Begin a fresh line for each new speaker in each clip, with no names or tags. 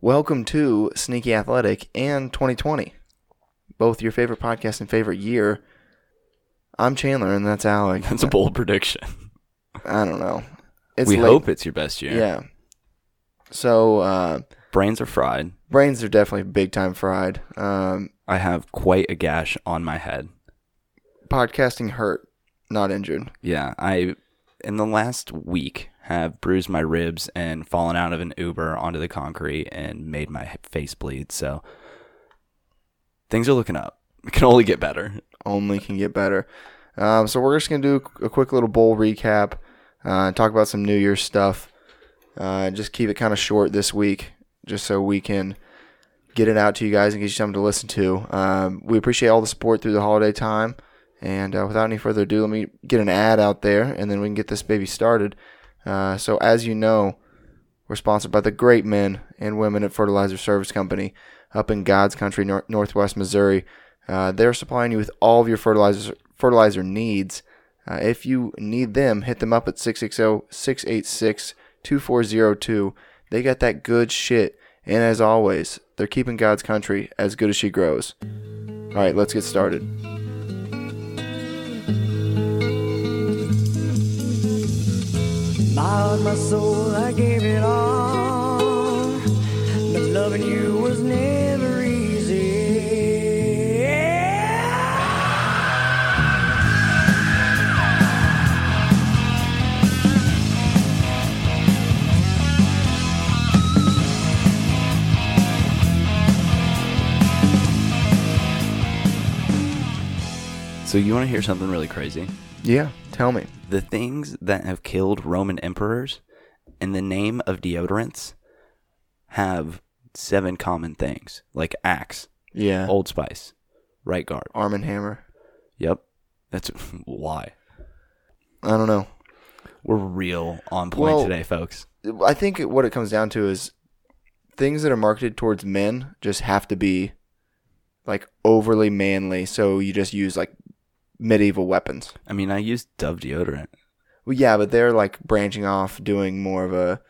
Welcome to Sneaky Athletic and 2020, both your favorite podcast and favorite year. I'm Chandler, and that's Alec.
That's a bold prediction.
I don't know. It's
we
late.
hope it's your best year.
Yeah. So uh,
Brains are fried.
brains are definitely big time fried. Um,
I have quite a gash on my head.
podcasting hurt, not injured.
Yeah, I in the last week have bruised my ribs and fallen out of an Uber onto the concrete and made my face bleed. So things are looking up. It can only get better.
Only can get better. Um, so we're just gonna do a quick little bowl recap, uh, talk about some New Year's stuff. Uh, just keep it kind of short this week, just so we can get it out to you guys and get you something to listen to. Um, we appreciate all the support through the holiday time. And uh, without any further ado, let me get an ad out there, and then we can get this baby started. Uh, so as you know, We're sponsored by the great men and women at Fertilizer Service Company up in God's country, nor- Northwest Missouri. Uh, they're supplying you with all of your fertilizer, fertilizer needs. Uh, if you need them, hit them up at oh, 660 686 2402. They got that good shit. And as always, they're keeping God's country as good as she grows. All right, let's get started.
My heart, my soul, I gave it all. But loving you was never easy.
So you want to hear something really crazy?
Yeah, tell me.
The things that have killed Roman emperors in the name of deodorants have seven common things, like Axe,
Yeah.
Old Spice, Right Guard.
Arm and Hammer.
Yep. That's why.
I don't know.
We're real on point
Well-
today, folks.
I think what it comes down to is things that are marketed towards men just have to be like overly manly. So you just use like medieval weapons.
I mean, I use Dove deodorant.
Well, yeah, but they're like branching off, doing more of a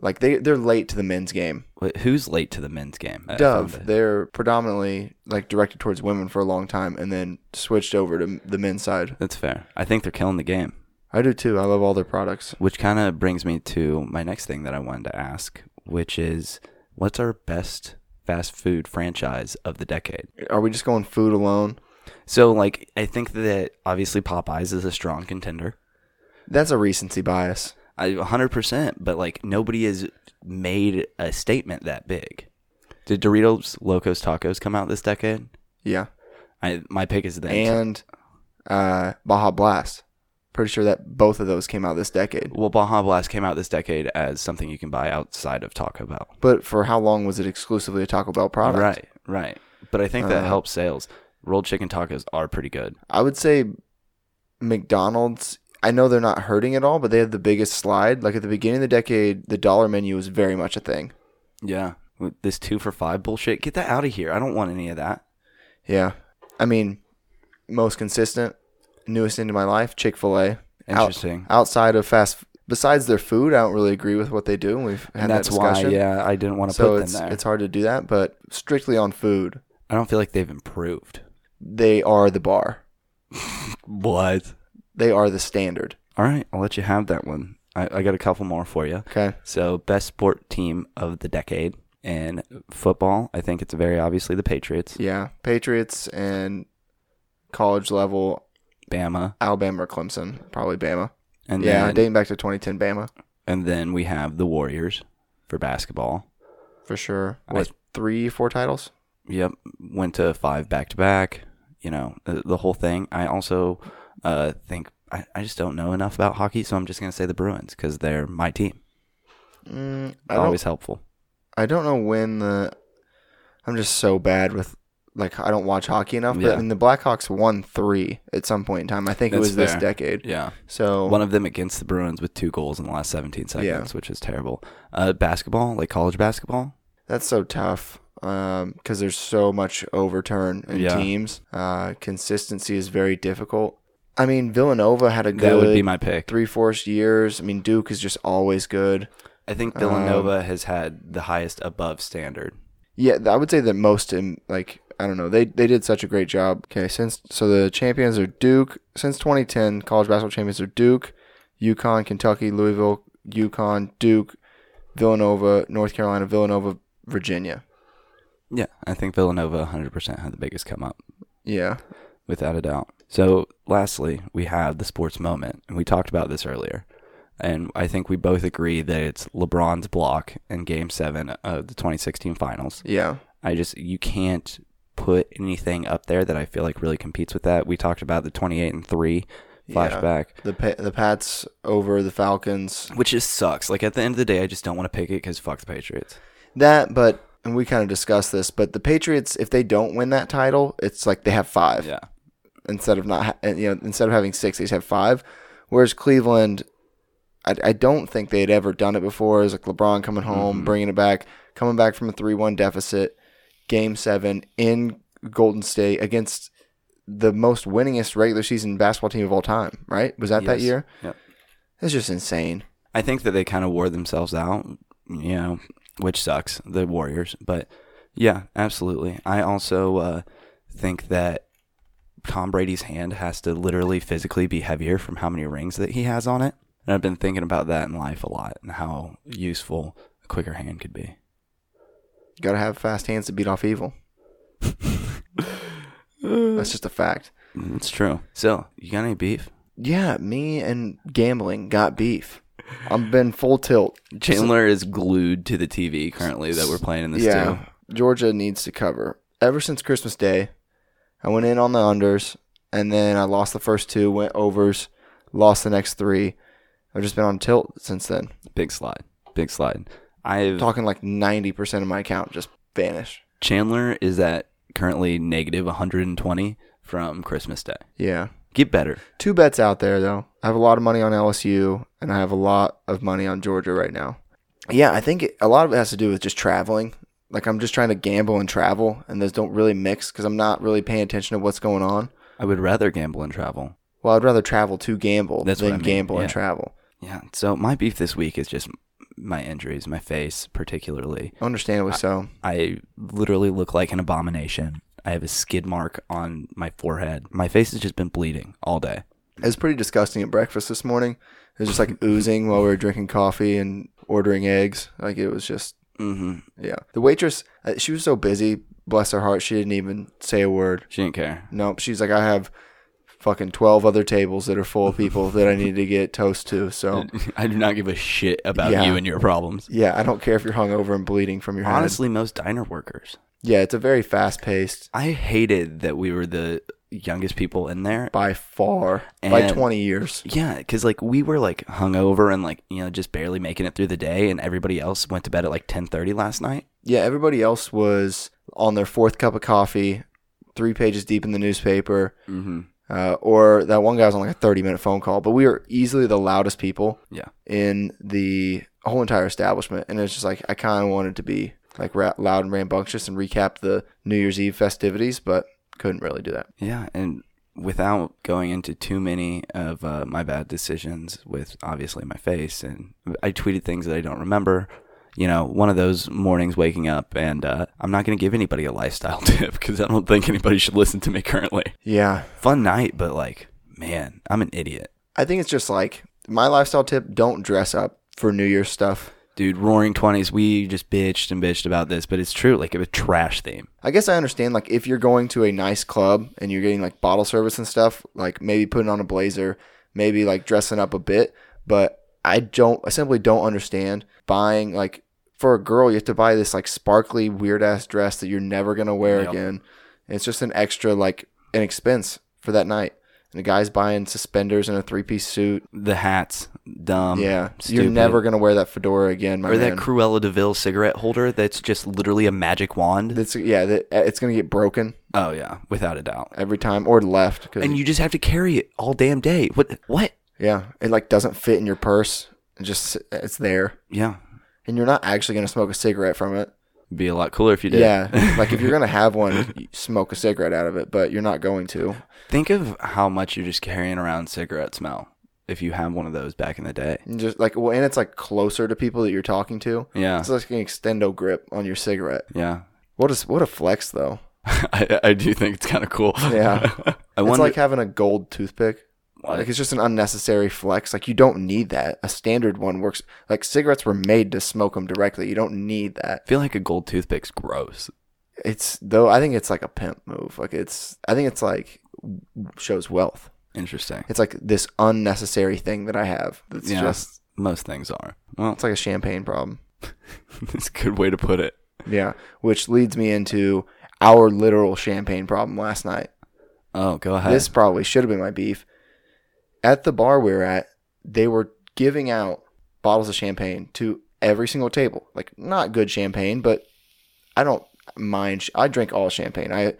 like they they're late to the men's game.
Wait, who's late to the men's game? I
Dove,
found it.
they're predominantly like directed towards women for a long time, and then switched over to the men's side.
That's fair. I think they're killing the game,
I do too. I love all their products.
which kind of brings me to my next thing that I wanted to ask, which is what's our best fast food franchise of the decade?
Are we just going food alone?
So, like, I think that obviously Popeyes is a strong contender.
That's a recency bias.
I 100%, but like, nobody has made a statement that big. Did Doritos Locos Tacos come out this decade?
Yeah.
I my pick is them. too.
and uh, Baja Blast. Pretty sure that both of those came out this decade.
well, Baja Blast came out this decade as something you can buy outside of Taco Bell.
But for how long was it exclusively a Taco Bell product?
Right, right. But I think that
Uh,
helps sales. Rolled chicken tacos are pretty good.
I would say McDonald's. I know they're not hurting at all, but they had the biggest slide. Like at the beginning of the decade, the dollar menu was very much a thing.
Yeah. With this two for five bullshit, get that out of here. I don't want any of that.
Yeah. I mean, most consistent, newest into my life, Chick fil A.
Interesting.
outside of fast, besides their food, I don't really agree with what they do. And we've had
and that's
that
why,
discussion.
yeah, I didn't want to
So
put
it's,
them there.
it's hard to do that, but strictly on food,
I don't feel like they've improved.
they are the bar.
What?
They are the standard.
All right, I'll let you have that one. I, I got a couple more for you.
Okay.
So, best sport team of the decade in football, I think it's very obviously the Patriots.
Yeah. Patriots and college level
Bama,
Alabama or Clemson, probably Bama.
and
yeah,
then
dating back to 2010 Bama
and then we have the Warriors for basketball.
for sure.
I-
What three, four titles?
Yep, went to five back to back. You know the, the whole thing. I also uh, think I, I just don't know enough about hockey, so I'm just gonna say the Bruins because they're my team.
Mm, I don't.
Always helpful.
I don't know when the. I'm just so bad with like I don't watch hockey enough,
Yeah.
but when the Blackhawks won three at some point in time, I think it
That's
was this
fair.
decade.
Yeah,
So
one of them against the Bruins with two goals in the last 17 seconds,
Yeah.
which is terrible. Uh, basketball, like college basketball.
That's so tough because there's so much overturn in
Yeah.
teams. Uh, consistency is very difficult. I mean, Villanova had a
that would be
good
my pick.
three fourths years. I mean, Duke is just always good.
I think
um,
Villanova has had the highest above standard.
Yeah, th- I would say that most in like I don't know they they did such a great job. Okay, since so the champions are Duke since 2010 college basketball champions are Duke, Yukon, Kentucky, Louisville, Yukon, Duke, Villanova, North Carolina, Villanova, Virginia.
Yeah, I think Villanova 100% had the biggest come up.
Yeah,
without a doubt. So, lastly, we have the sports moment, and we talked about this earlier. And I think we both agree that it's LeBron's block in game seven of the 2016 finals.
yeah,
I just, you can't put anything up there that I feel like really competes with that. We talked about the 28 and three flashback,
the pa- the Pats over the Falcons.
which just sucks. Like, at the end of the day, I just don't want to pick it because fuck the Patriots.
That, but and we kind of discussed this, but the Patriots if they don't win that title, it's like they have five.
Yeah.
instead of not ha- and, you know instead of having six, they just have five. Whereas Cleveland, I, I don't think they had ever done it before. It was like LeBron coming
Mm-hmm.
home, bringing it back, coming back from a three-one deficit, Game Seven in Golden State against the most winningest regular season basketball team of all time. Right? Was that that
Yes.
year?
Yep.
It's just insane.
I think that they kind of wore themselves out, you know, which sucks, the Warriors. But yeah, absolutely. I also uh, think that Tom Brady's hand has to literally physically be heavier from how many rings that he has on it. And I've been thinking about that in life a lot and how useful a quicker hand could be.
Got to have fast hands to beat off evil. That's just a fact.
It's true. So, you got any beef?
Yeah, me and gambling got beef. I've been full tilt. Just-
Chandler is glued to the TV currently that we're playing in this too.
Georgia needs to cover. Ever since Christmas Day, I went in on the unders, and then I lost the first two, went overs, lost the next three. I've just been on tilt since then.
Big slide. Big slide. I've
Talking like ninety percent of my account just vanished.
Chandler is at currently negative 120 from Christmas Day.
Yeah.
Get better.
Two bets out there though. I have a lot of money on LSU, and I have a lot of money on Georgia right now. Yeah, I think it, a lot of it has to do with just traveling. Like I'm just trying to gamble and travel, and those don't really mix because I'm not really paying attention to what's going on.
I would rather gamble and travel.
Well, I'd rather travel to gamble
That's what
than
I mean,
gamble and
yeah.
travel.
Yeah. So my beef this week is just my injuries, my face particularly.
Understandably so.
I literally look like an abomination. I have a skid mark on my forehead. My face has just been bleeding all day.
It was pretty disgusting at breakfast this morning. It was just like oozing while we were drinking coffee and ordering eggs. Like it was just,
Mm-hmm.
yeah. The waitress, uh, she was so busy, bless her heart, she didn't even say a word.
She didn't care.
Nope. She's like, I have fucking 12 other tables that are full of people that I need to get toast to. So,
I do not give a shit about
Yeah.
you and your problems.
yeah, I don't care if you're hungover and bleeding from your head.
Honestly, most diner workers.
Yeah, it's a very fast paced
I hated that we were the youngest people in there
by far, by
And-
20 years.
Yeah, because like we were like hungover and like you know just barely making it through the day, and everybody else went to bed at like ten thirty last night.
Yeah, everybody else was on their fourth cup of coffee, three pages deep in the newspaper,
Mm-hmm.
uh, or that one guy was on like a 30 minute phone call. But we were easily the loudest people
Yeah.
in the whole entire establishment. And it's just like, I kind of wanted to be like ra- loud and rambunctious and recap the New Year's Eve festivities, but couldn't really do that.
Yeah, and without going into too many of uh, my bad decisions with obviously my face, and I tweeted things that I don't remember. You know, one of those mornings waking up, and uh, I'm not going to give anybody a lifestyle tip because I don't think anybody should listen to me currently.
Yeah.
Fun night, but like, man, I'm an idiot.
I think it's just like my lifestyle tip don't dress up for New Year's stuff.
Dude, roaring 20s, we just bitched and bitched about this, but it's true. Like, it was a trash theme.
I guess I understand like if you're going to a nice club and you're getting like bottle service and stuff, like maybe putting on a blazer, maybe like dressing up a bit, but I don't I simply don't understand buying like for a girl you have to buy this like sparkly weird ass dress that you're never going to wear
Yep.
again. And it's just an extra like an expense for that night. And the guy's buying suspenders and a three-piece suit.
the hats dumb
yeah. You're
Mm, stupid.
never going to wear that fedora again, my
or
man.
that cruella deville cigarette holder that's just literally a magic wand
That's yeah, that, uh, it's going to get broken
oh yeah without a doubt
every time or left cuz
and you just have to carry it all damn day what what
Yeah, it like doesn't fit in your purse. It just it's there,
yeah
and you're not actually gonna smoke a cigarette from it.
be a lot cooler if you did
Yeah, like if you're gonna have one, you smoke a cigarette out of it, but you're not going to.
think of how much you're just carrying around cigarette smell if you have one of those back in the day.
And just like well, and it's like closer to people that you're talking to.
Yeah.
It's like an extendo grip on your cigarette.
Yeah.
What a what a flex though.
I, I do think it's kind of cool.
Yeah.
I
it's
wonder,
like having a gold toothpick. Like it's just an unnecessary flex. Like you don't need that. A standard one works. Like cigarettes were made to smoke them directly. You don't need that.
I feel like a gold toothpick's gross.
It's though. I think it's like a pimp move. Like it's. I think it's like shows wealth.
Interesting.
It's like this unnecessary thing that I have. That's
Yeah.
just.
Most things are. Well,
It's like a champagne problem.
it's a good way to put it.
Yeah, which leads me into our literal champagne problem last night.
Oh, go ahead.
This probably should have been my beef. At the bar we were at, they were giving out bottles of champagne to every single table. Like not good champagne, but I don't mind. ch- I drink all champagne. I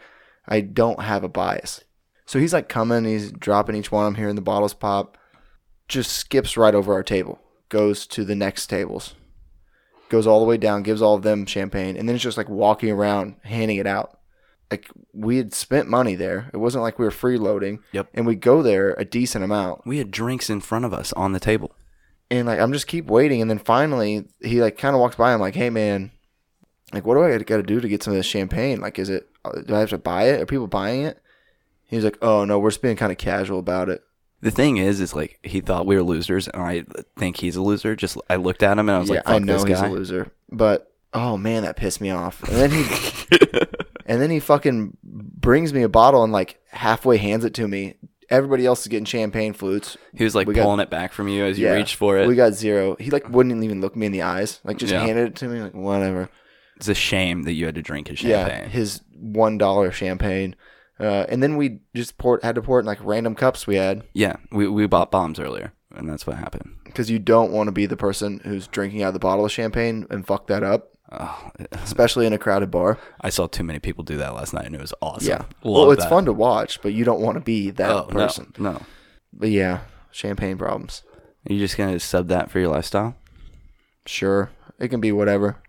I don't have a bias. So he's like coming, he's dropping each one. I'm hearing the bottles pop. Just skips right over our table, goes to the next tables, goes all the way down, gives all of them champagne, and then it's just like walking around handing it out like we had spent money there. It wasn't like we were freeloading.
Yep.
And we go there a decent amount.
we had drinks in front of us on the table.
And like I'm just keep waiting and then finally he like kind of walks by I'm like, "Hey man, like what do I got to do to get some of this champagne? Like is it uh, do I have to buy it? Are people buying it?" He's like, "Oh no, we're just being kind of casual about it."
The thing is, is like he thought we were losers, and I think he's a loser. Just I looked at him and I was
yeah,
like, Fuck
I know
this
he's
guy.
a loser, but oh man, that pissed me off. And then he and then he fucking brings me a bottle and like halfway hands it to me. Everybody else is getting champagne flutes.
He was like
We got-
pulling it back from you as you reached for it.
We got zero. He like wouldn't even look me in the eyes. Like just
Yeah.
handed it to me. Like whatever.
it's a shame that you had to drink his
Yeah,
champagne.
his one dollar champagne. Uh, and then we just poured, had to pour it in like random cups we had
Yeah, we, we bought bombs earlier, and that's what happened.
because you don't want to be the person who's drinking out of the bottle of champagne and fuck that up,
Oh,
especially in a crowded bar.
I saw too many people do that last night, and it was awesome.
yeah,
Love
well, it's
that.
fun to watch, but you don't want to be that
Oh, no,
person.
No,
But yeah, champagne problems.
Are you just gonna sub that for your lifestyle?
Sure, it can be whatever.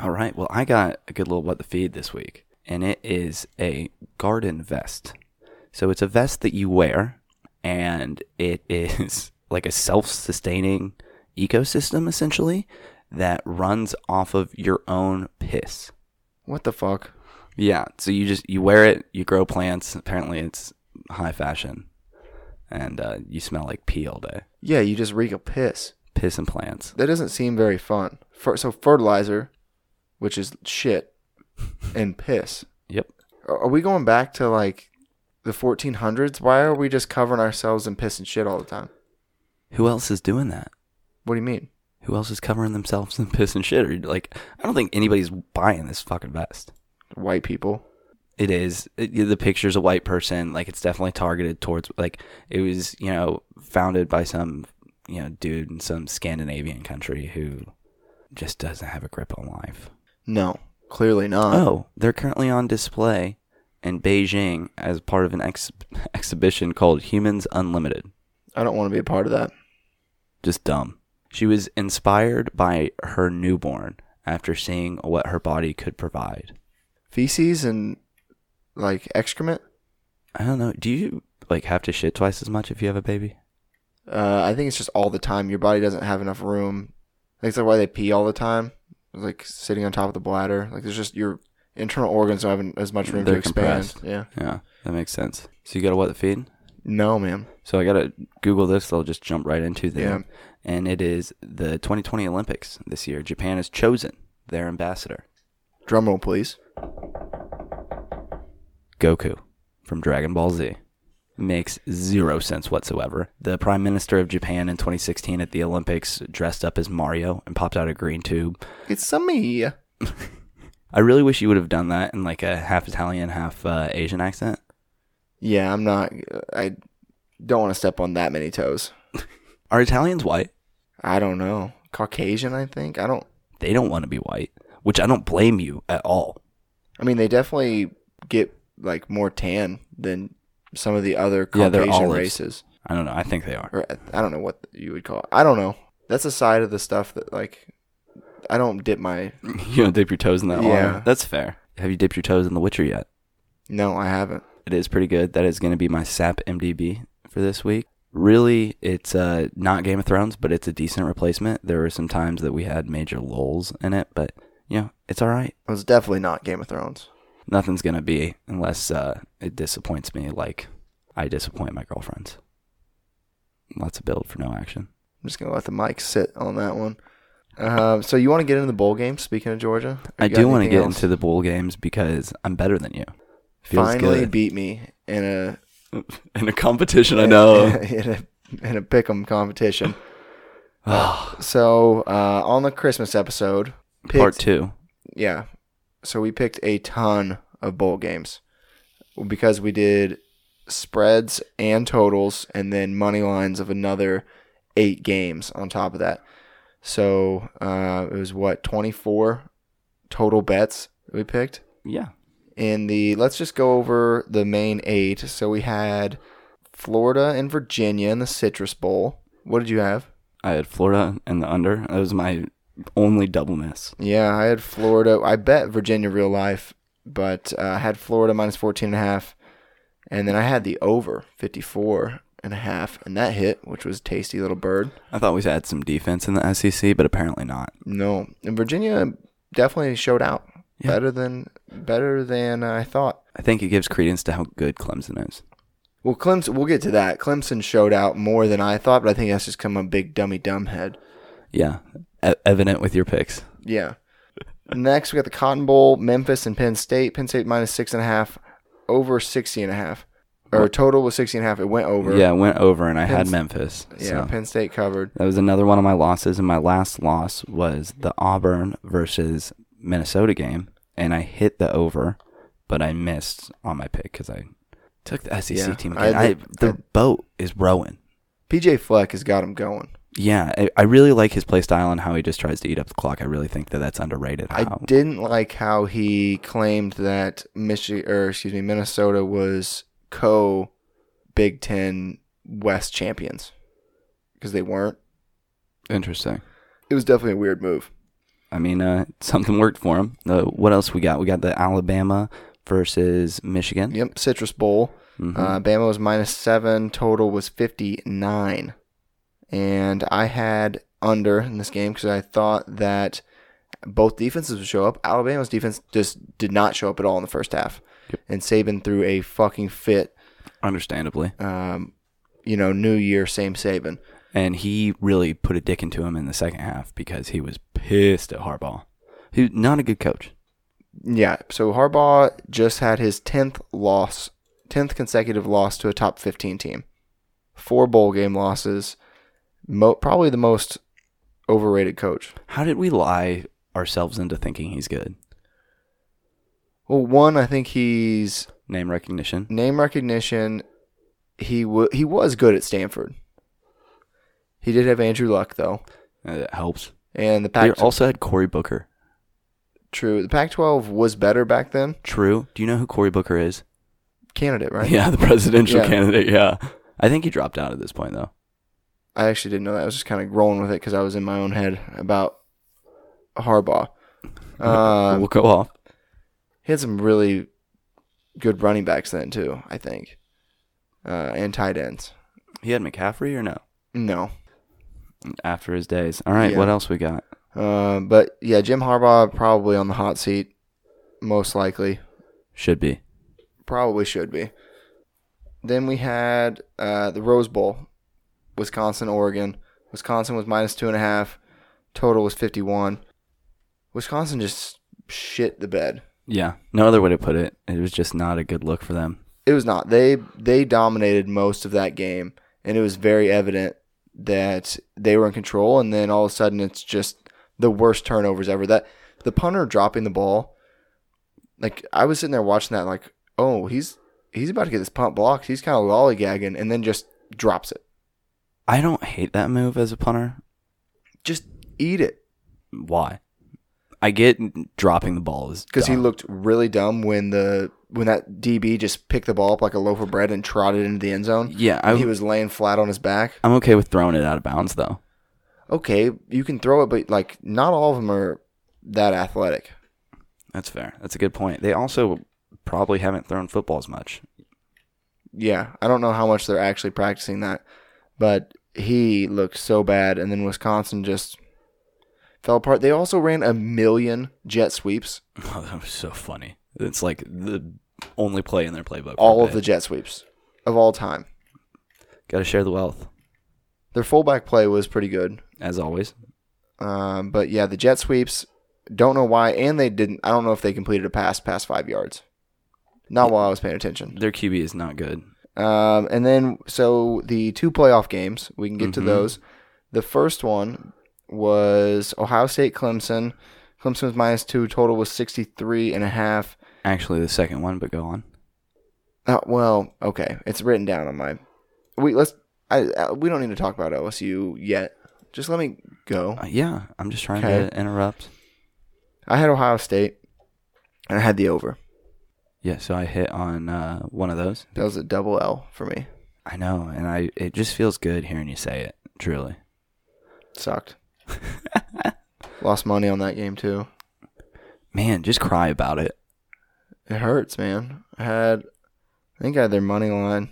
All right. Well, I got a good little what the feed this week, and it is a garden vest. So it's a vest that you wear, and it is like a self-sustaining ecosystem essentially that runs off of your own piss.
What the fuck?
Yeah. So you just you wear it, you grow plants. Apparently, it's high fashion, and uh, you smell like pee all day.
Yeah, you just reek of piss.
Piss and plants.
that doesn't seem very fun. Fer- so fertilizer, which is shit, and piss.
Yep.
Are are we going back to like the 1400s? Why are we just covering ourselves in piss and shit all the time?
Who else is doing that?
What do you mean?
Who else is covering themselves in piss and shit? Or like, I don't think anybody's buying this fucking vest.
White people.
It is it, the picture's a white person. Like, it's definitely targeted towards like it was you know founded by some you know dude in some Scandinavian country who just doesn't have a grip on life.
No, clearly not.
Oh, they're currently on display in Beijing as part of an ex- exhibition called Humans Unlimited.
I don't want to be a part of that.
Just dumb. She was inspired by her newborn after seeing what her body could provide.
Feces and like excrement.
I don't know. Do you like have to shit twice as much if you have a baby?
Uh, I think it's just all the time. Your body doesn't have enough room. I think that's why they pee all the time. Like sitting on top of the bladder. Like there's just your internal organs don't have as much room
They're
to expand.
compressed.
Yeah.
Yeah, that makes sense. So you got to wet the feed.
No, man.
So I got to Google this. I'll just jump right into
Yeah.
them. And it is the 2020 Olympics this year. Japan has chosen their ambassador,
Drum roll, please.
Goku from Dragon Ball Z. Makes zero sense whatsoever. The Prime Minister of Japan in 2016 at the Olympics dressed up as Mario and popped out a green tube.
It's some me.
I really wish you would have done that in like a half Italian, half uh, Asian accent.
Yeah, I'm not. uh, I don't want to step on that many toes.
Are Italians white?
I don't know. Caucasian, I think. I don't.
They don't want to be white, which I don't blame you at all.
I mean, they definitely get like more tan than some of the other
Yeah, they're
Caucasian
olives.
races.
I don't know. I think they are.
Or I don't know what you would call. It. I don't know. That's a side of the stuff that like I don't dip my.
you don't dip your toes in that
Yeah.
water. That's fair. Have you dipped your toes in The Witcher yet?
No, I haven't.
It is pretty good. That is going to be my SAP MDB for this week. really, it's uh, not Game of Thrones, but it's a decent replacement. There were some times that we had major lulls in it, but you know, it's all right.
It was definitely not Game of Thrones.
Nothing's gonna be unless uh, it disappoints me, like I disappoint my girlfriends. Lots of build for no action.
I'm just gonna let the mic sit on that one. Um, so you want to get into the bowl game? Speaking of Georgia,
I do want to get into the bowl games because I'm better than you. Feels
finally
good.
beat me in a
in a competition, I know.
in a in a pick'em competition. so uh, on the Christmas episode, picked,
Ah, Part two.
yeah, so we picked a ton of bowl games because we did spreads and totals, and then money lines of another eight games on top of that. So uh, it was what twenty four total bets we picked
Yeah.
in the let's just go over the main eight. So we had Florida and Virginia in the Citrus Bowl. What did you have?
I had Florida and the under. That was my only double miss.
Yeah, I had Florida. I bet Virginia real life, but uh, I had Florida minus 14 and a half. And then I had the over 54 and a half, and that hit, which was tasty little bird.
I thought we had some defense in the SEC, but apparently not.
No, and Virginia definitely showed out.
Yeah.
Better than better than I thought.
I think it gives credence to how good Clemson is.
Well, Clemson, we'll get to that. Clemson showed out more than I thought, but I think that's just come a big dummy dumb head.
Yeah. E- evident with your picks.
Yeah. Next, we got the Cotton Bowl, Memphis and Penn State. Penn State minus six and a half, over sixty and a half, or total was sixty and a half. It went over.
Yeah, I went over and I had
Penn-
Memphis.
Yeah,
so.
Penn State covered.
That was another one of my losses, and my last loss was the Auburn versus Minnesota game, and I hit the over, but I missed on my pick because I took the SEC
Yeah,
team
I
again. I,
had the-
the
I-
boat is rowing.
PJ Fleck has got him going.
Yeah, I, I really like his play style and how he just tries to eat up the clock. I really think that that's underrated.
I
how-
didn't like how he claimed that Michi or excuse me, Minnesota was co Big Ten West champions because they weren't.
Interesting.
It was definitely a weird move.
I mean, uh, something worked for him. Uh, what else we got? We got the Alabama versus Michigan.
Yep, Citrus Bowl.
Mhm.
Uh, Bama was minus seven. Total was 59. And I had under in this game because I thought that both defenses would show up. Alabama's defense just did not show up at all in the first half.
Yep.
And Saban threw a fucking fit.
Understandably.
Um, you know, new year, same Saban.
and he really put a dick into him in the second half because he was pissed at Harbaugh, who's not a good coach.
Yeah, so Harbaugh just had his 10th loss, 10th consecutive loss to a top 15 team. Four bowl game losses. Mo- probably the most overrated coach.
How did we lie ourselves into thinking he's good?
Well, one, I think he's
Name recognition.
name recognition. He w- he was good at Stanford. He did have Andrew Luck though,
Uh, that helps.
and the
We
Pac
also had Cory Booker.
true the Pac-12 was better back then.
True. Do you know who Cory Booker is?
Candidate, right?
Yeah, the presidential
Yeah.
candidate. Yeah. I think he dropped out at this point, though.
I actually didn't know that. I was just kind of rolling with it because I was in my own head about Harbaugh. Uh,
we'll go off.
he had some really good running backs then too. I think, uh, and tight ends.
He had McCaffrey or no?
No,
After his days. All right.
Yeah.
What else we got?
uh, but yeah, Jim Harbaugh probably on the hot seat, most likely.
Should be.
Probably should be. Then we had uh, the Rose Bowl, Wisconsin, Oregon. Wisconsin was minus two and a half. Total was 51. Wisconsin just shit the bed.
Yeah. No other way to put it. It was just not a good look for them.
It was not. They they dominated most of that game, and it was very evident that they were in control. And then all of a sudden, it's just the worst turnovers ever. That the punter dropping the ball, like I was sitting there watching that, like, oh, he's he's about to get this punt blocked. He's kind of lollygagging, and then just drops it.
I don't hate that move as a punter.
Just eat it
why. I get dropping the ball is
because he
dumb.
looked really dumb when the when that DB just picked the ball up like a loaf of bread and trotted into the end zone.
Yeah, I,
he was laying flat on his back.
I'm okay with throwing it out of bounds though.
okay, you can throw it, but like not all of them are that athletic.
That's fair. That's a good point. They also probably haven't thrown footballs much.
Yeah, I don't know how much they're actually practicing that, But he looked so bad, and then Wisconsin just fell apart. They also ran a million jet sweeps,
Oh, that was so funny. It's like the only play in their playbook.
all of the jet sweeps of all time.
got to share the wealth
Their fullback play was pretty good,
as always.
um, but yeah, the jet sweeps. Don't know why, and they didn't. I don't know if they completed a pass past five yards. Not while I was paying attention.
Their QB is not good.
Um, and then, so the two playoff games, we can get to
Mhm.
those. The first one was Ohio State Clemson. Clemson was minus two, total was 63 and a half.
Actually, the second one, but go on.
Uh, well, okay, it's written down on my. We let's. I, I we don't need to talk about OSU yet. Just let me go.
Uh, yeah, I'm just trying
Okay.
to interrupt.
I had Ohio State, and I had the over.
Yeah, so I hit on uh, one of those.
That was a double L for me.
I know, and I it just feels good hearing you say it. Truly,
Sucked. Lost money on that game too.
man, just cry about it.
It hurts, man. I had, I think I had their money line.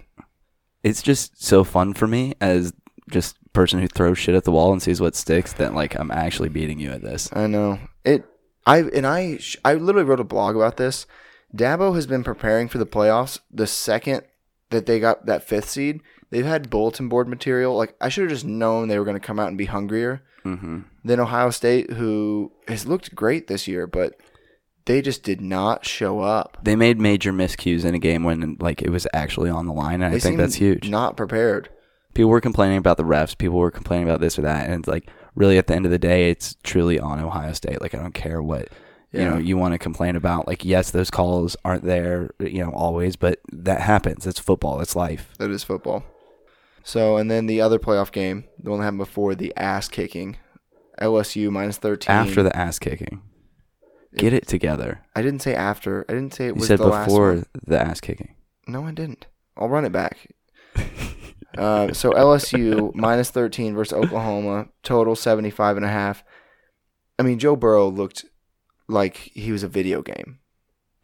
It's just so fun for me as just person who throws shit at the wall and sees what sticks. That like I'm actually beating you at this.
I know it. I and I sh- I literally wrote a blog about this. Dabo has been preparing for the playoffs. The second that they got that fifth seed, they've had bulletin board material. Like I should have just known they were going to come out and be hungrier
Mm-hmm.
than Ohio State, who has looked great this year, but they just did not show up.
They made major miscues in a game when like it was actually on the line, and
They
I think
seemed
that's huge.
Not prepared.
people were complaining about the refs people were complaining about this or that and it's like really at the end of the day it's truly on ohio state like i don't care what you
Yeah.
know you want to complain about like yes those calls aren't there you know always but that happens it's football it's life
That is football. So, and then the other playoff game, the one that happened before, the ass kicking, LSU minus thirteen.
after the ass kicking get it together
I didn't say after. I didn't say it
you
was
said
the last one.
before the ass kicking
No, I didn't. I'll run it back. uh, so LSU minus 13 versus Oklahoma, total 75 and a half. I mean, Joe Burrow looked like he was a video game.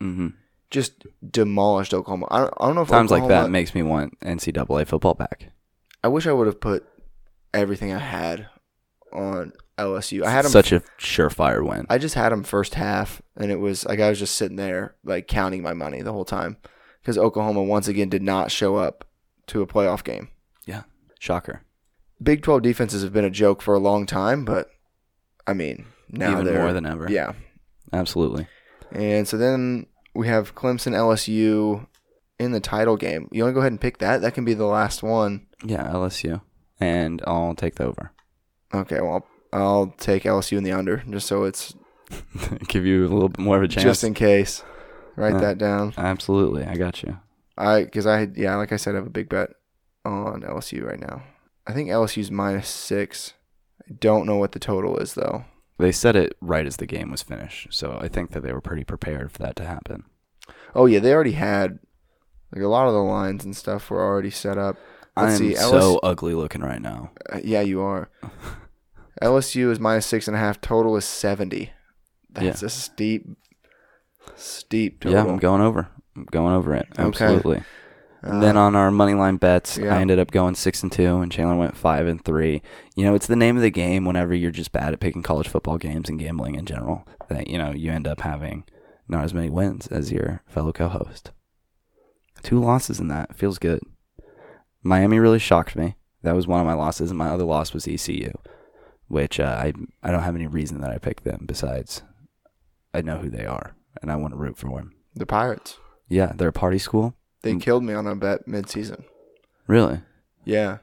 Mm-hmm.
hmm
Just demolished Oklahoma. I don't, I don't know if
times like that
Oklahoma-
makes me want ncaa football back
I wish I would have put everything I had on LSU. I had them.
such a surefire win
I just had them first half, and it was like I was just sitting there like counting my money the whole time because Oklahoma once again did not show up to a playoff game.
yeah shocker
Big 12 defenses have been a joke for a long time, but I mean, now
Even
they're
more than ever.
Yeah.
absolutely
And so then we have Clemson LSU in the title game. You want to go ahead and pick that? That can be the last one.
yeah lsu and i'll take the over
Okay, well, I'll take LSU in the under just so it's
give you a little bit more of a chance
just in case. Write
Yeah.
that down.
Absolutely, I got you.
I because I had yeah, like I said, I have a big bet on LSU right now. I think LSU's minus six. I don't know what the total is though.
They said it right as the game was finished, so I think that they were pretty prepared for that to happen.
Oh yeah, they already had like a lot of the lines and stuff were already set up.
I'm
Let's see,
so ugly looking right now.
Uh, yeah, you are. LSU is minus six and a half. Total is seventy. That's a steep, steep total.
Yeah, I'm going over. I'm going over it. Absolutely.
Uh,
then on our money line bets,
yeah.
I ended up going six and two, and Chandler went five and three. You know, it's the name of the game. Whenever you're just bad at picking college football games and gambling in general, that you know you end up having not as many wins as your fellow co-host. Two losses in that feels good. Miami really shocked me. That was one of my losses, and my other loss was ECU, which uh, I I don't have any reason that I picked them besides I know who they are and I want to root for them.
the Pirates.
Yeah, they're a party school.
They
Mm.
killed me on a bet mid-season.
Really.
Yeah,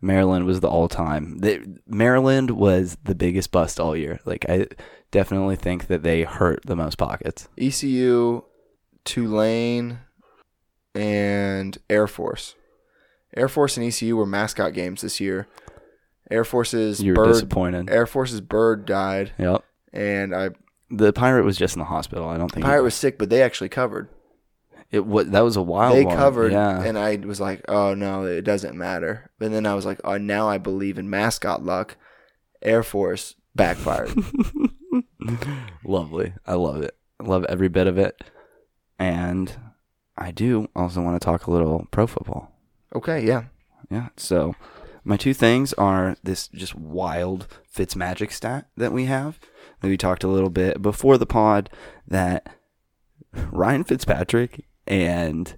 Maryland was the all time. They, Maryland was the biggest bust all year. Like I definitely think that they hurt the most pockets.
ECU, E Tulane, and Air Force. Air Force and ECU were mascot games this year. Air Force's
You were
bird.
disappointed.
Air Force's bird died,
yep.
and I
The pirate was just in the hospital. I don't think he-
pirate was sick, but they actually covered.
it. What that was a wild.
they
one.
covered,
Yeah.
and I was like, "Oh no, it doesn't matter." But then I was like, "Oh, now I believe in mascot luck." Air Force backfired.
Lovely. I love it. I love every bit of it. And I do also want to talk a little pro football.
okay, yeah,
Yeah. So My two things are this just wild Fitzmagic stat that we have that we talked a little bit before the pod that Ryan Fitzpatrick and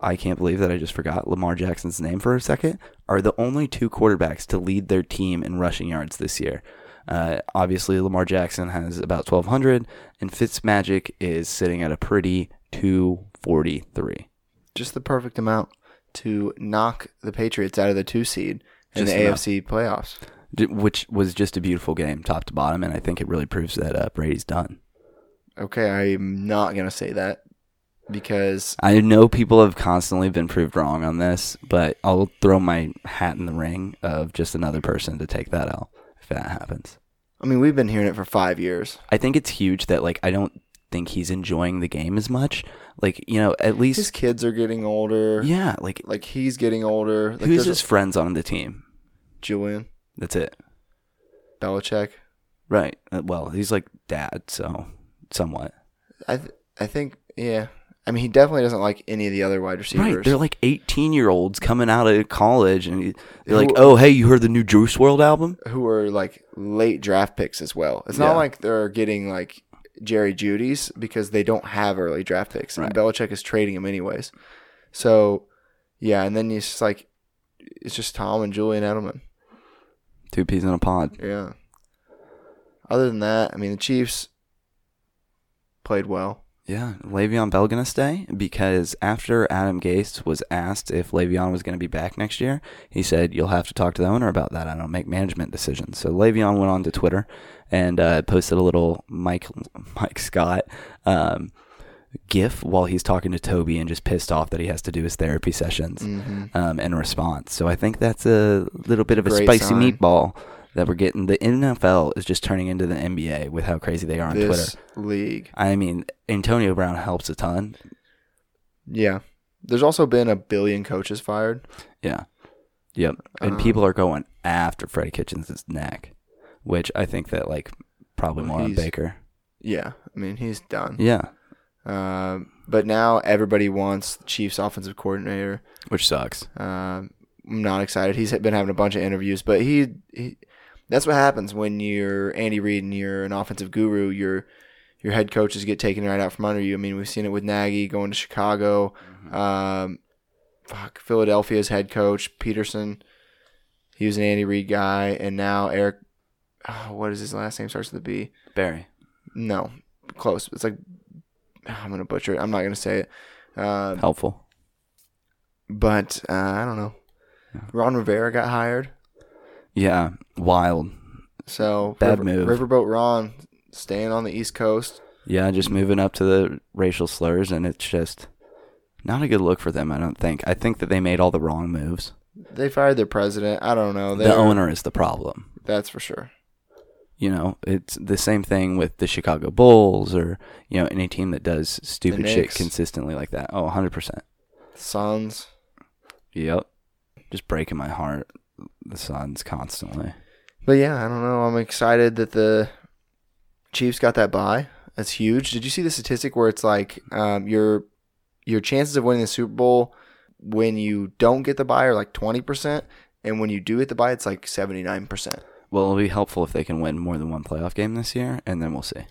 I can't believe that I just forgot Lamar Jackson's name for a second are the only two quarterbacks to lead their team in rushing yards this year. Uh, obviously, Lamar Jackson has about 1,200, and Fitzmagic is sitting at a pretty 243.
Just the perfect amount to knock the Patriots out of the two seed in
Just
the
enough.
AFC playoffs.
d- which was just a beautiful game, top to bottom, and I think it really proves that uh, Brady's done.
Okay, I'm not gonna say that because
I know people have constantly been proved wrong on this, but I'll throw my hat in the ring of just another person to take that out if that happens.
I mean we've been hearing it for five years.
I think it's huge that like I don't think he's enjoying the game as much. Like you know, at
His
least
kids are getting older.
yeah, like,
Like he's getting older. Like
who's
there's
his friends on the team?
Julian
That's it,
Belichick.
right? Uh, Well, he's like dad, so somewhat
I th- I think yeah. I mean he definitely doesn't like any of the other wide receivers.
Right, they're like eighteen-year-olds coming out of college, and he- they're like,
Who-
"Oh, hey, you heard the new Juice World album?"
who are like late draft picks as well. It's
Yeah.
not like they're getting like Jerry Judy's because they don't have early draft picks,
Right.
and Belichick is trading them anyways. So, yeah, and then it's just like it's just Tom and Julian Edelman.
Two peas in a pod.
Yeah. Other than that, I mean, the Chiefs played well.
Yeah, Le'Veon Bell gonna stay because after Adam Gase was asked if Le'Veon was gonna be back next year, he said, "You'll have to talk to the owner about that. I don't make management decisions." So Le'Veon went on to Twitter and uh, posted a little Mike Mike Scott um, gif while he's talking to Toby and just pissed off that he has to do his therapy sessions.
Mm-hmm.
um, in response. So I think that's a little bit of a
Great
spicy
sign.
meatball that we're getting. The NFL is just turning into the NBA with how crazy they are on
This
Twitter.
league,
I mean, Antonio Brown helps a ton.
yeah. There's also been a billion coaches fired.
Yeah. Yep. And
Um,
people are going after Freddie Kitchens' neck, which I think that, like, probably
Well,
more on
he's- Mm-hmm.
Baker.
Yeah, I mean he's done.
Yeah.
Um, but now everybody wants the Chiefs offensive coordinator.
Which sucks.
Um, I'm not excited. He's been having a bunch of interviews, but he, he that's what happens when you're Andy Reid and you're an offensive guru. Your your head coaches get taken right out from under you. I mean, we've seen it with Nagy going to Chicago. Um, fuck, Philadelphia's head coach Peterson. He was an Andy Reid guy, and now Eric. Oh, what is his last name? Starts with a B.
Barry.
No, close. It's like I'm gonna butcher it. I'm not gonna say it. Um,
Helpful.
but uh, I don't know.
Yeah.
Ron Rivera got hired,
Yeah. Wild.
so
Bad move.
Riverboat Ron staying on the East Coast.
Yeah, just moving up to the racial slurs, and it's just not a good look for them, I don't think. I think that they made all the wrong moves.
They fired their president. I don't know. They
the
were-
owner is the problem.
That's for sure.
You know, it's the same thing with the Chicago Bulls or, you know, any team that does stupid shit
Knicks.
consistently like that. Oh, 100%.
Suns.
Yep. Just breaking my heart, the Suns constantly.
But yeah, I don't know. I'm excited that the Chiefs got that bye. That's huge. Did you see the statistic where it's like um, your your chances of winning the Super Bowl when you don't get the bye are like 20%, and when you do get the bye, it's like 79%.
Well, it'll be helpful if they can win more than one playoff game this year, and then we'll see.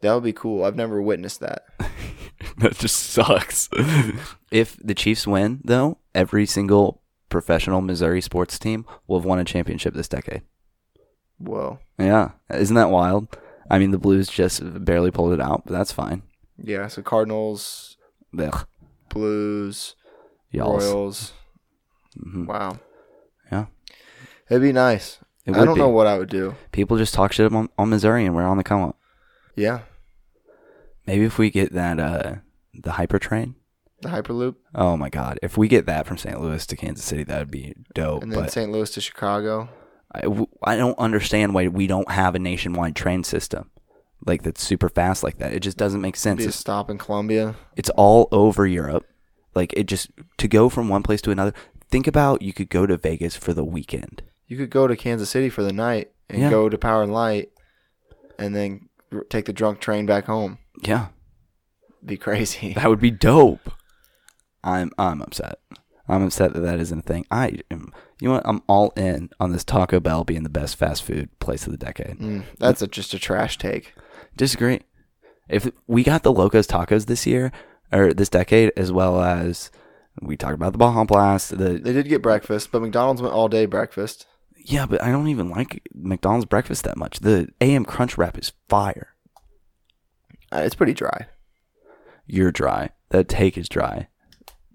That would be cool. I've never witnessed that.
that just sucks. if the Chiefs win, though, every single professional Missouri sports team will have won a championship this decade.
Whoa.
Yeah. Isn't that wild? I mean, the Blues just barely pulled it out, but that's fine.
Yeah, so Cardinals,
Ugh.
Blues,
Y'all.
Royals.
Mhm.
Wow.
Yeah.
It'd be nice.
It would
I don't
be.
know what I would do.
People just talk shit on, on Missouri, and we're on the come up.
Yeah.
Maybe if we get that, uh, the hyper train.
The Hyperloop
Oh my God! If we get that from St. Louis to Kansas City, that would be dope.
and then
But
St. Louis to Chicago.
I, w- I don't understand why we don't have a nationwide train system like that's super fast like that. It just doesn't make sense.
Be a
It's,
stop in Columbia.
it's all over Europe. Like it just to go from one place to another. Think about you could go to Vegas for the weekend.
You could go to Kansas City for the night and
Yeah.
go to Power and Light and then r- take the drunk train back home.
Yeah,
Be crazy.
that would be dope. I'm I'm upset. I'm upset that that isn't a thing. I am, you know what? I'm all in on this Taco Bell being the best fast food place of the decade.
Mm, that's a, just a trash take.
Disagree. If we got the Locos Tacos this year or this decade, as well as we talked about the Baja Blast, the
They did get breakfast, but McDonald's went all day breakfast.
yeah, but I don't even like McDonald's breakfast that much. The AM Crunch Wrap is fire.
Uh, it's pretty dry.
You're dry. That take is dry.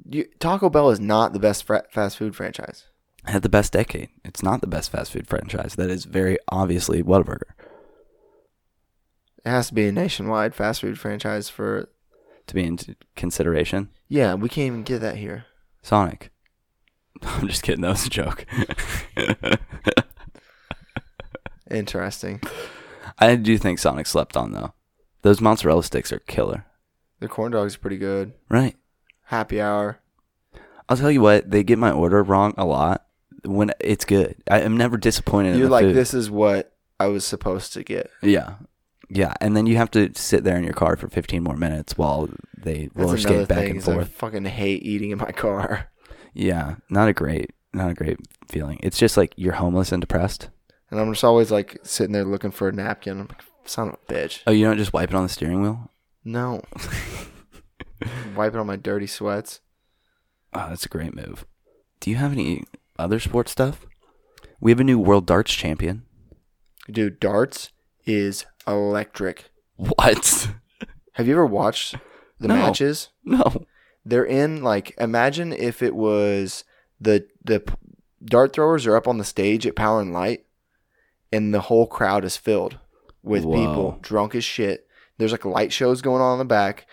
You, Taco Bell is not the best fra- fast food franchise.
Had the best decade. It's not the best fast food franchise. That is very obviously Whataburger.
It has to be a nationwide fast food franchise for.
To be in consideration,
Yeah, we can't even get that here.
Sonic. I'm just kidding. That was a joke.
Interesting.
I do think Sonic slept on though. Those mozzarella sticks are killer,
Their corn dogs are pretty good.
right?
Happy hour.
I'll tell you what, they get my order wrong a lot. When it's good, I am never disappointed. in
You're
the
like,
food.
this is what I was supposed to get.
Yeah, yeah, and then you have to sit there in your car for 15 more minutes while they
That's
roller
another
skate back
thing.
and
is I
forth.
fucking hate eating in my car
Yeah, not a great, not a great feeling. It's just like you're homeless and depressed.
and I'm just always like sitting there looking for a napkin. I'm like, son of a bitch.
Oh, you don't just wipe it on the steering wheel.
No. Wipe it on my dirty sweats.
Oh, that's a great move. Do you have any other sports stuff? We have a new world darts champion.
Dude, darts is electric.
What?
Have you ever watched the
No.
matches?
no.
They're in like imagine if it was the the p- dart throwers are up on the stage at Power and Light, and the whole crowd is filled with
Whoa.
people drunk as shit. There's like light shows going on in the back,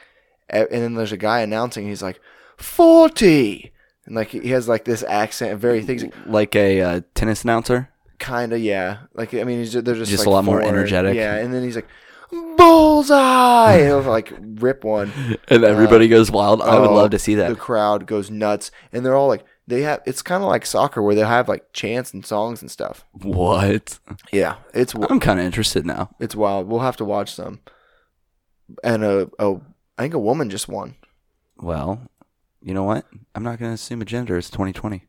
a- and then there's a guy announcing. He's like forty, and like he has like this accent, and very things.
like a uh, tennis announcer.
kind of yeah like i mean he's just, they're just,
Just
like,
a lot more
foreign.
energetic.
yeah and then he's like bullseye and he'll like rip one
and everybody goes wild. Uh, I would
Oh,
love to see that.
the crowd goes nuts and they're all like they have it's kind of like soccer where they'll have like chants and songs and stuff
what?
yeah it's wi-
I'm kind of interested now.
it's wild we'll have to watch some and a, a i think a woman just won
Well, you know what? I'm not going to assume a gender. It's 2020.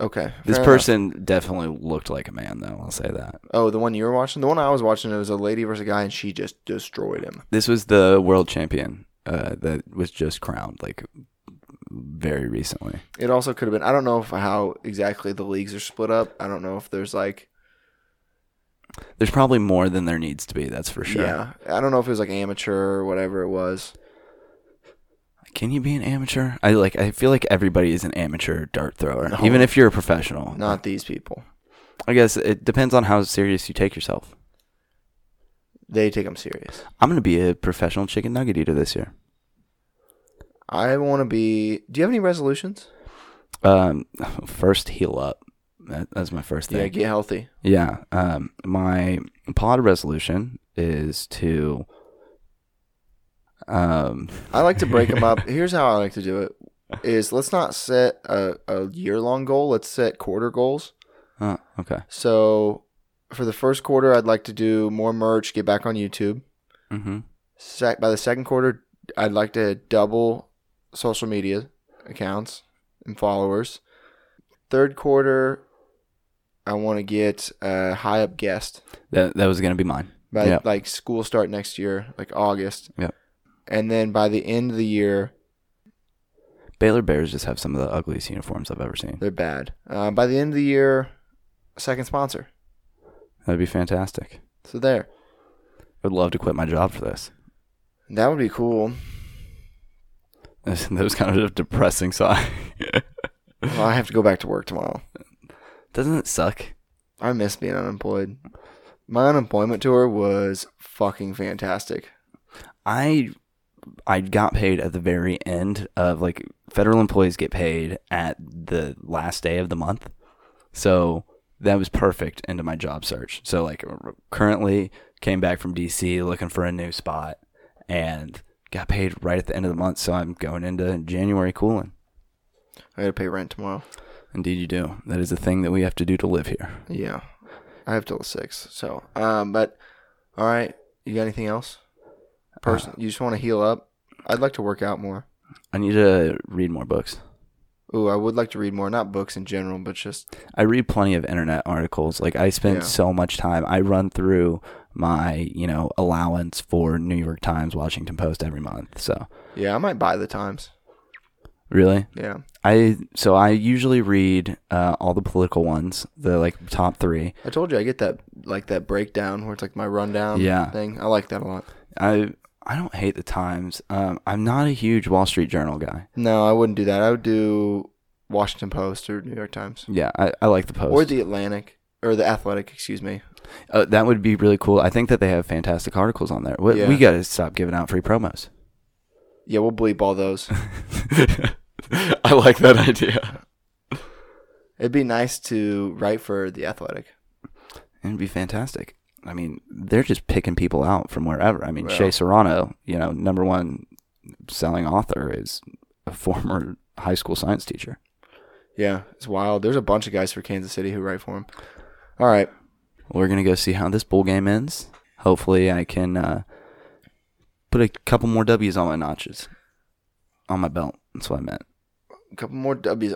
okay
This
fair
person definitely looked like a man, though. I'll say that.
enough. oh the one you were watching the one i was watching it was a lady versus a guy and she just destroyed him
This was the world champion uh, that was just crowned, like very recently.
It also could have been. I don't know if how exactly the leagues are split up. I don't know if there's like
There's probably more than there needs to be. That's for sure.
yeah. I don't know if it was like amateur or whatever it was.
Can you be an amateur? I like. I feel like everybody is an amateur dart thrower,
No.
even if you're a professional.
Not these people.
I guess it depends on how serious you take yourself.
They take them serious.
I'm gonna be a professional chicken nugget eater this year.
I want to be. Do you have any resolutions?
Um, first heal up. That, that's my first
Yeah,
thing.
get healthy.
Yeah. Um, my pod resolution is to. Um,
I like to break them up. Here's how I like to do it: is let's not set a, a year long goal. Let's set quarter goals.
oh, okay.
So for the first quarter, I'd like to do more merch, get back on YouTube.
Mm-hmm.
Sec- by the second quarter, I'd like to double social media accounts and followers. Third quarter, I want to get a high up guest
That that was gonna be mine.
by
Yeah.
like school start next year, like August.
Yep.
And then by the end of the year,
Baylor Bears just have some of the ugliest uniforms I've ever seen.
they're bad. Uh, by the end of the year, second sponsor.
That'd be fantastic.
So there,
I would love to quit my job for this.
that would be cool.
That was kind of a depressing sigh.
Well, I have to go back to work tomorrow.
Doesn't it suck?
I miss being unemployed. My unemployment tour was fucking fantastic.
I I got paid at the very end of like federal employees get paid at the last day of the month. So that was perfect into my job search. So like r- currently came back from DC looking for a new spot and got paid right at the end of the month. So I'm going into January cooling.
I gotta pay rent tomorrow.
Indeed, you do. That is a thing that we have to do to live here.
Yeah, I have till the six. So, um, but all right, you got anything else? Person, you just want to heal up. I'd like to work out more.
I need to read more books.
Ooh, I would like to read more, not books in general, but just
I read plenty of internet articles. Like I spend
Yeah.
so much time. I run through my, you know, allowance for New York Times, Washington Post every month. So,
yeah. I might buy the Times.
really?
Yeah,
I so I usually read uh, all the political ones, the like top 3.
I told you I get that like that breakdown where it's like my rundown.
Yeah.
thing. I like that a lot.
I I don't hate the Times. Um, I'm not a huge Wall Street Journal guy.
No, I wouldn't do that. I would do Washington Post or New York Times
Yeah, I, I like the Post.
or the Atlantic or the Athletic. Excuse me.
Uh, that would be really cool. I think that they have fantastic articles on there. We,
Yeah.
we got to stop giving out free promos.
Yeah, we'll bleep all those.
I like that idea.
It'd be nice to write for the Athletic.
It'd be fantastic. I mean, they're just picking people out from wherever. I mean,
Well-
Shea Serrano, you know, number one selling author, is a former high school science teacher.
Yeah, it's wild. There's a bunch of guys for Kansas City who write for him. All right.
We're gonna go see how this bowl game ends. Hopefully, I can uh, put a couple more W's on my notches, on my belt. That's what I meant.
A couple more W's.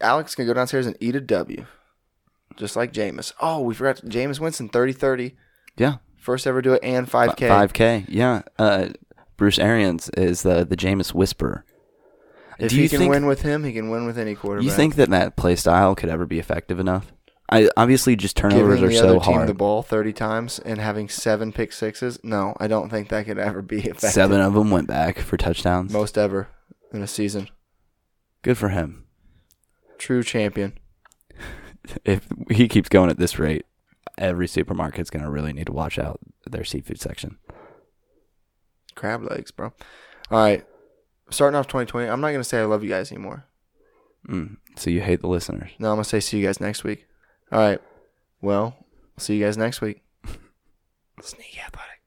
Alex can go downstairs and eat a W, just like Jameis. Oh, we forgot Jameis Winston 30-30.
Yeah,
First ever do it and 5K.
Five K. Yeah. Uh, Bruce Arians is the the Jameis Whisperer.
If
Do
he
you
can
think
win with him, he can win with any quarterback.
you think that that play style could ever be effective enough? I obviously just turnovers
giving
are
the
so
other team
hard.
the ball 30 times and having seven pick sixes? No, I don't think that could ever be effective.
Seven of them went back for touchdowns.
Most ever in a season.
Good for him.
True champion.
If he keeps going at this rate, every supermarket's going to really need to watch out their seafood section.
Crab legs, bro. All right. Starting off 2020, I'm not going to say I love you guys anymore.
Mm. So you hate the listeners.
No, I'm going to say see you guys next week. All right. Well, see you guys next week. Sneaky athletic.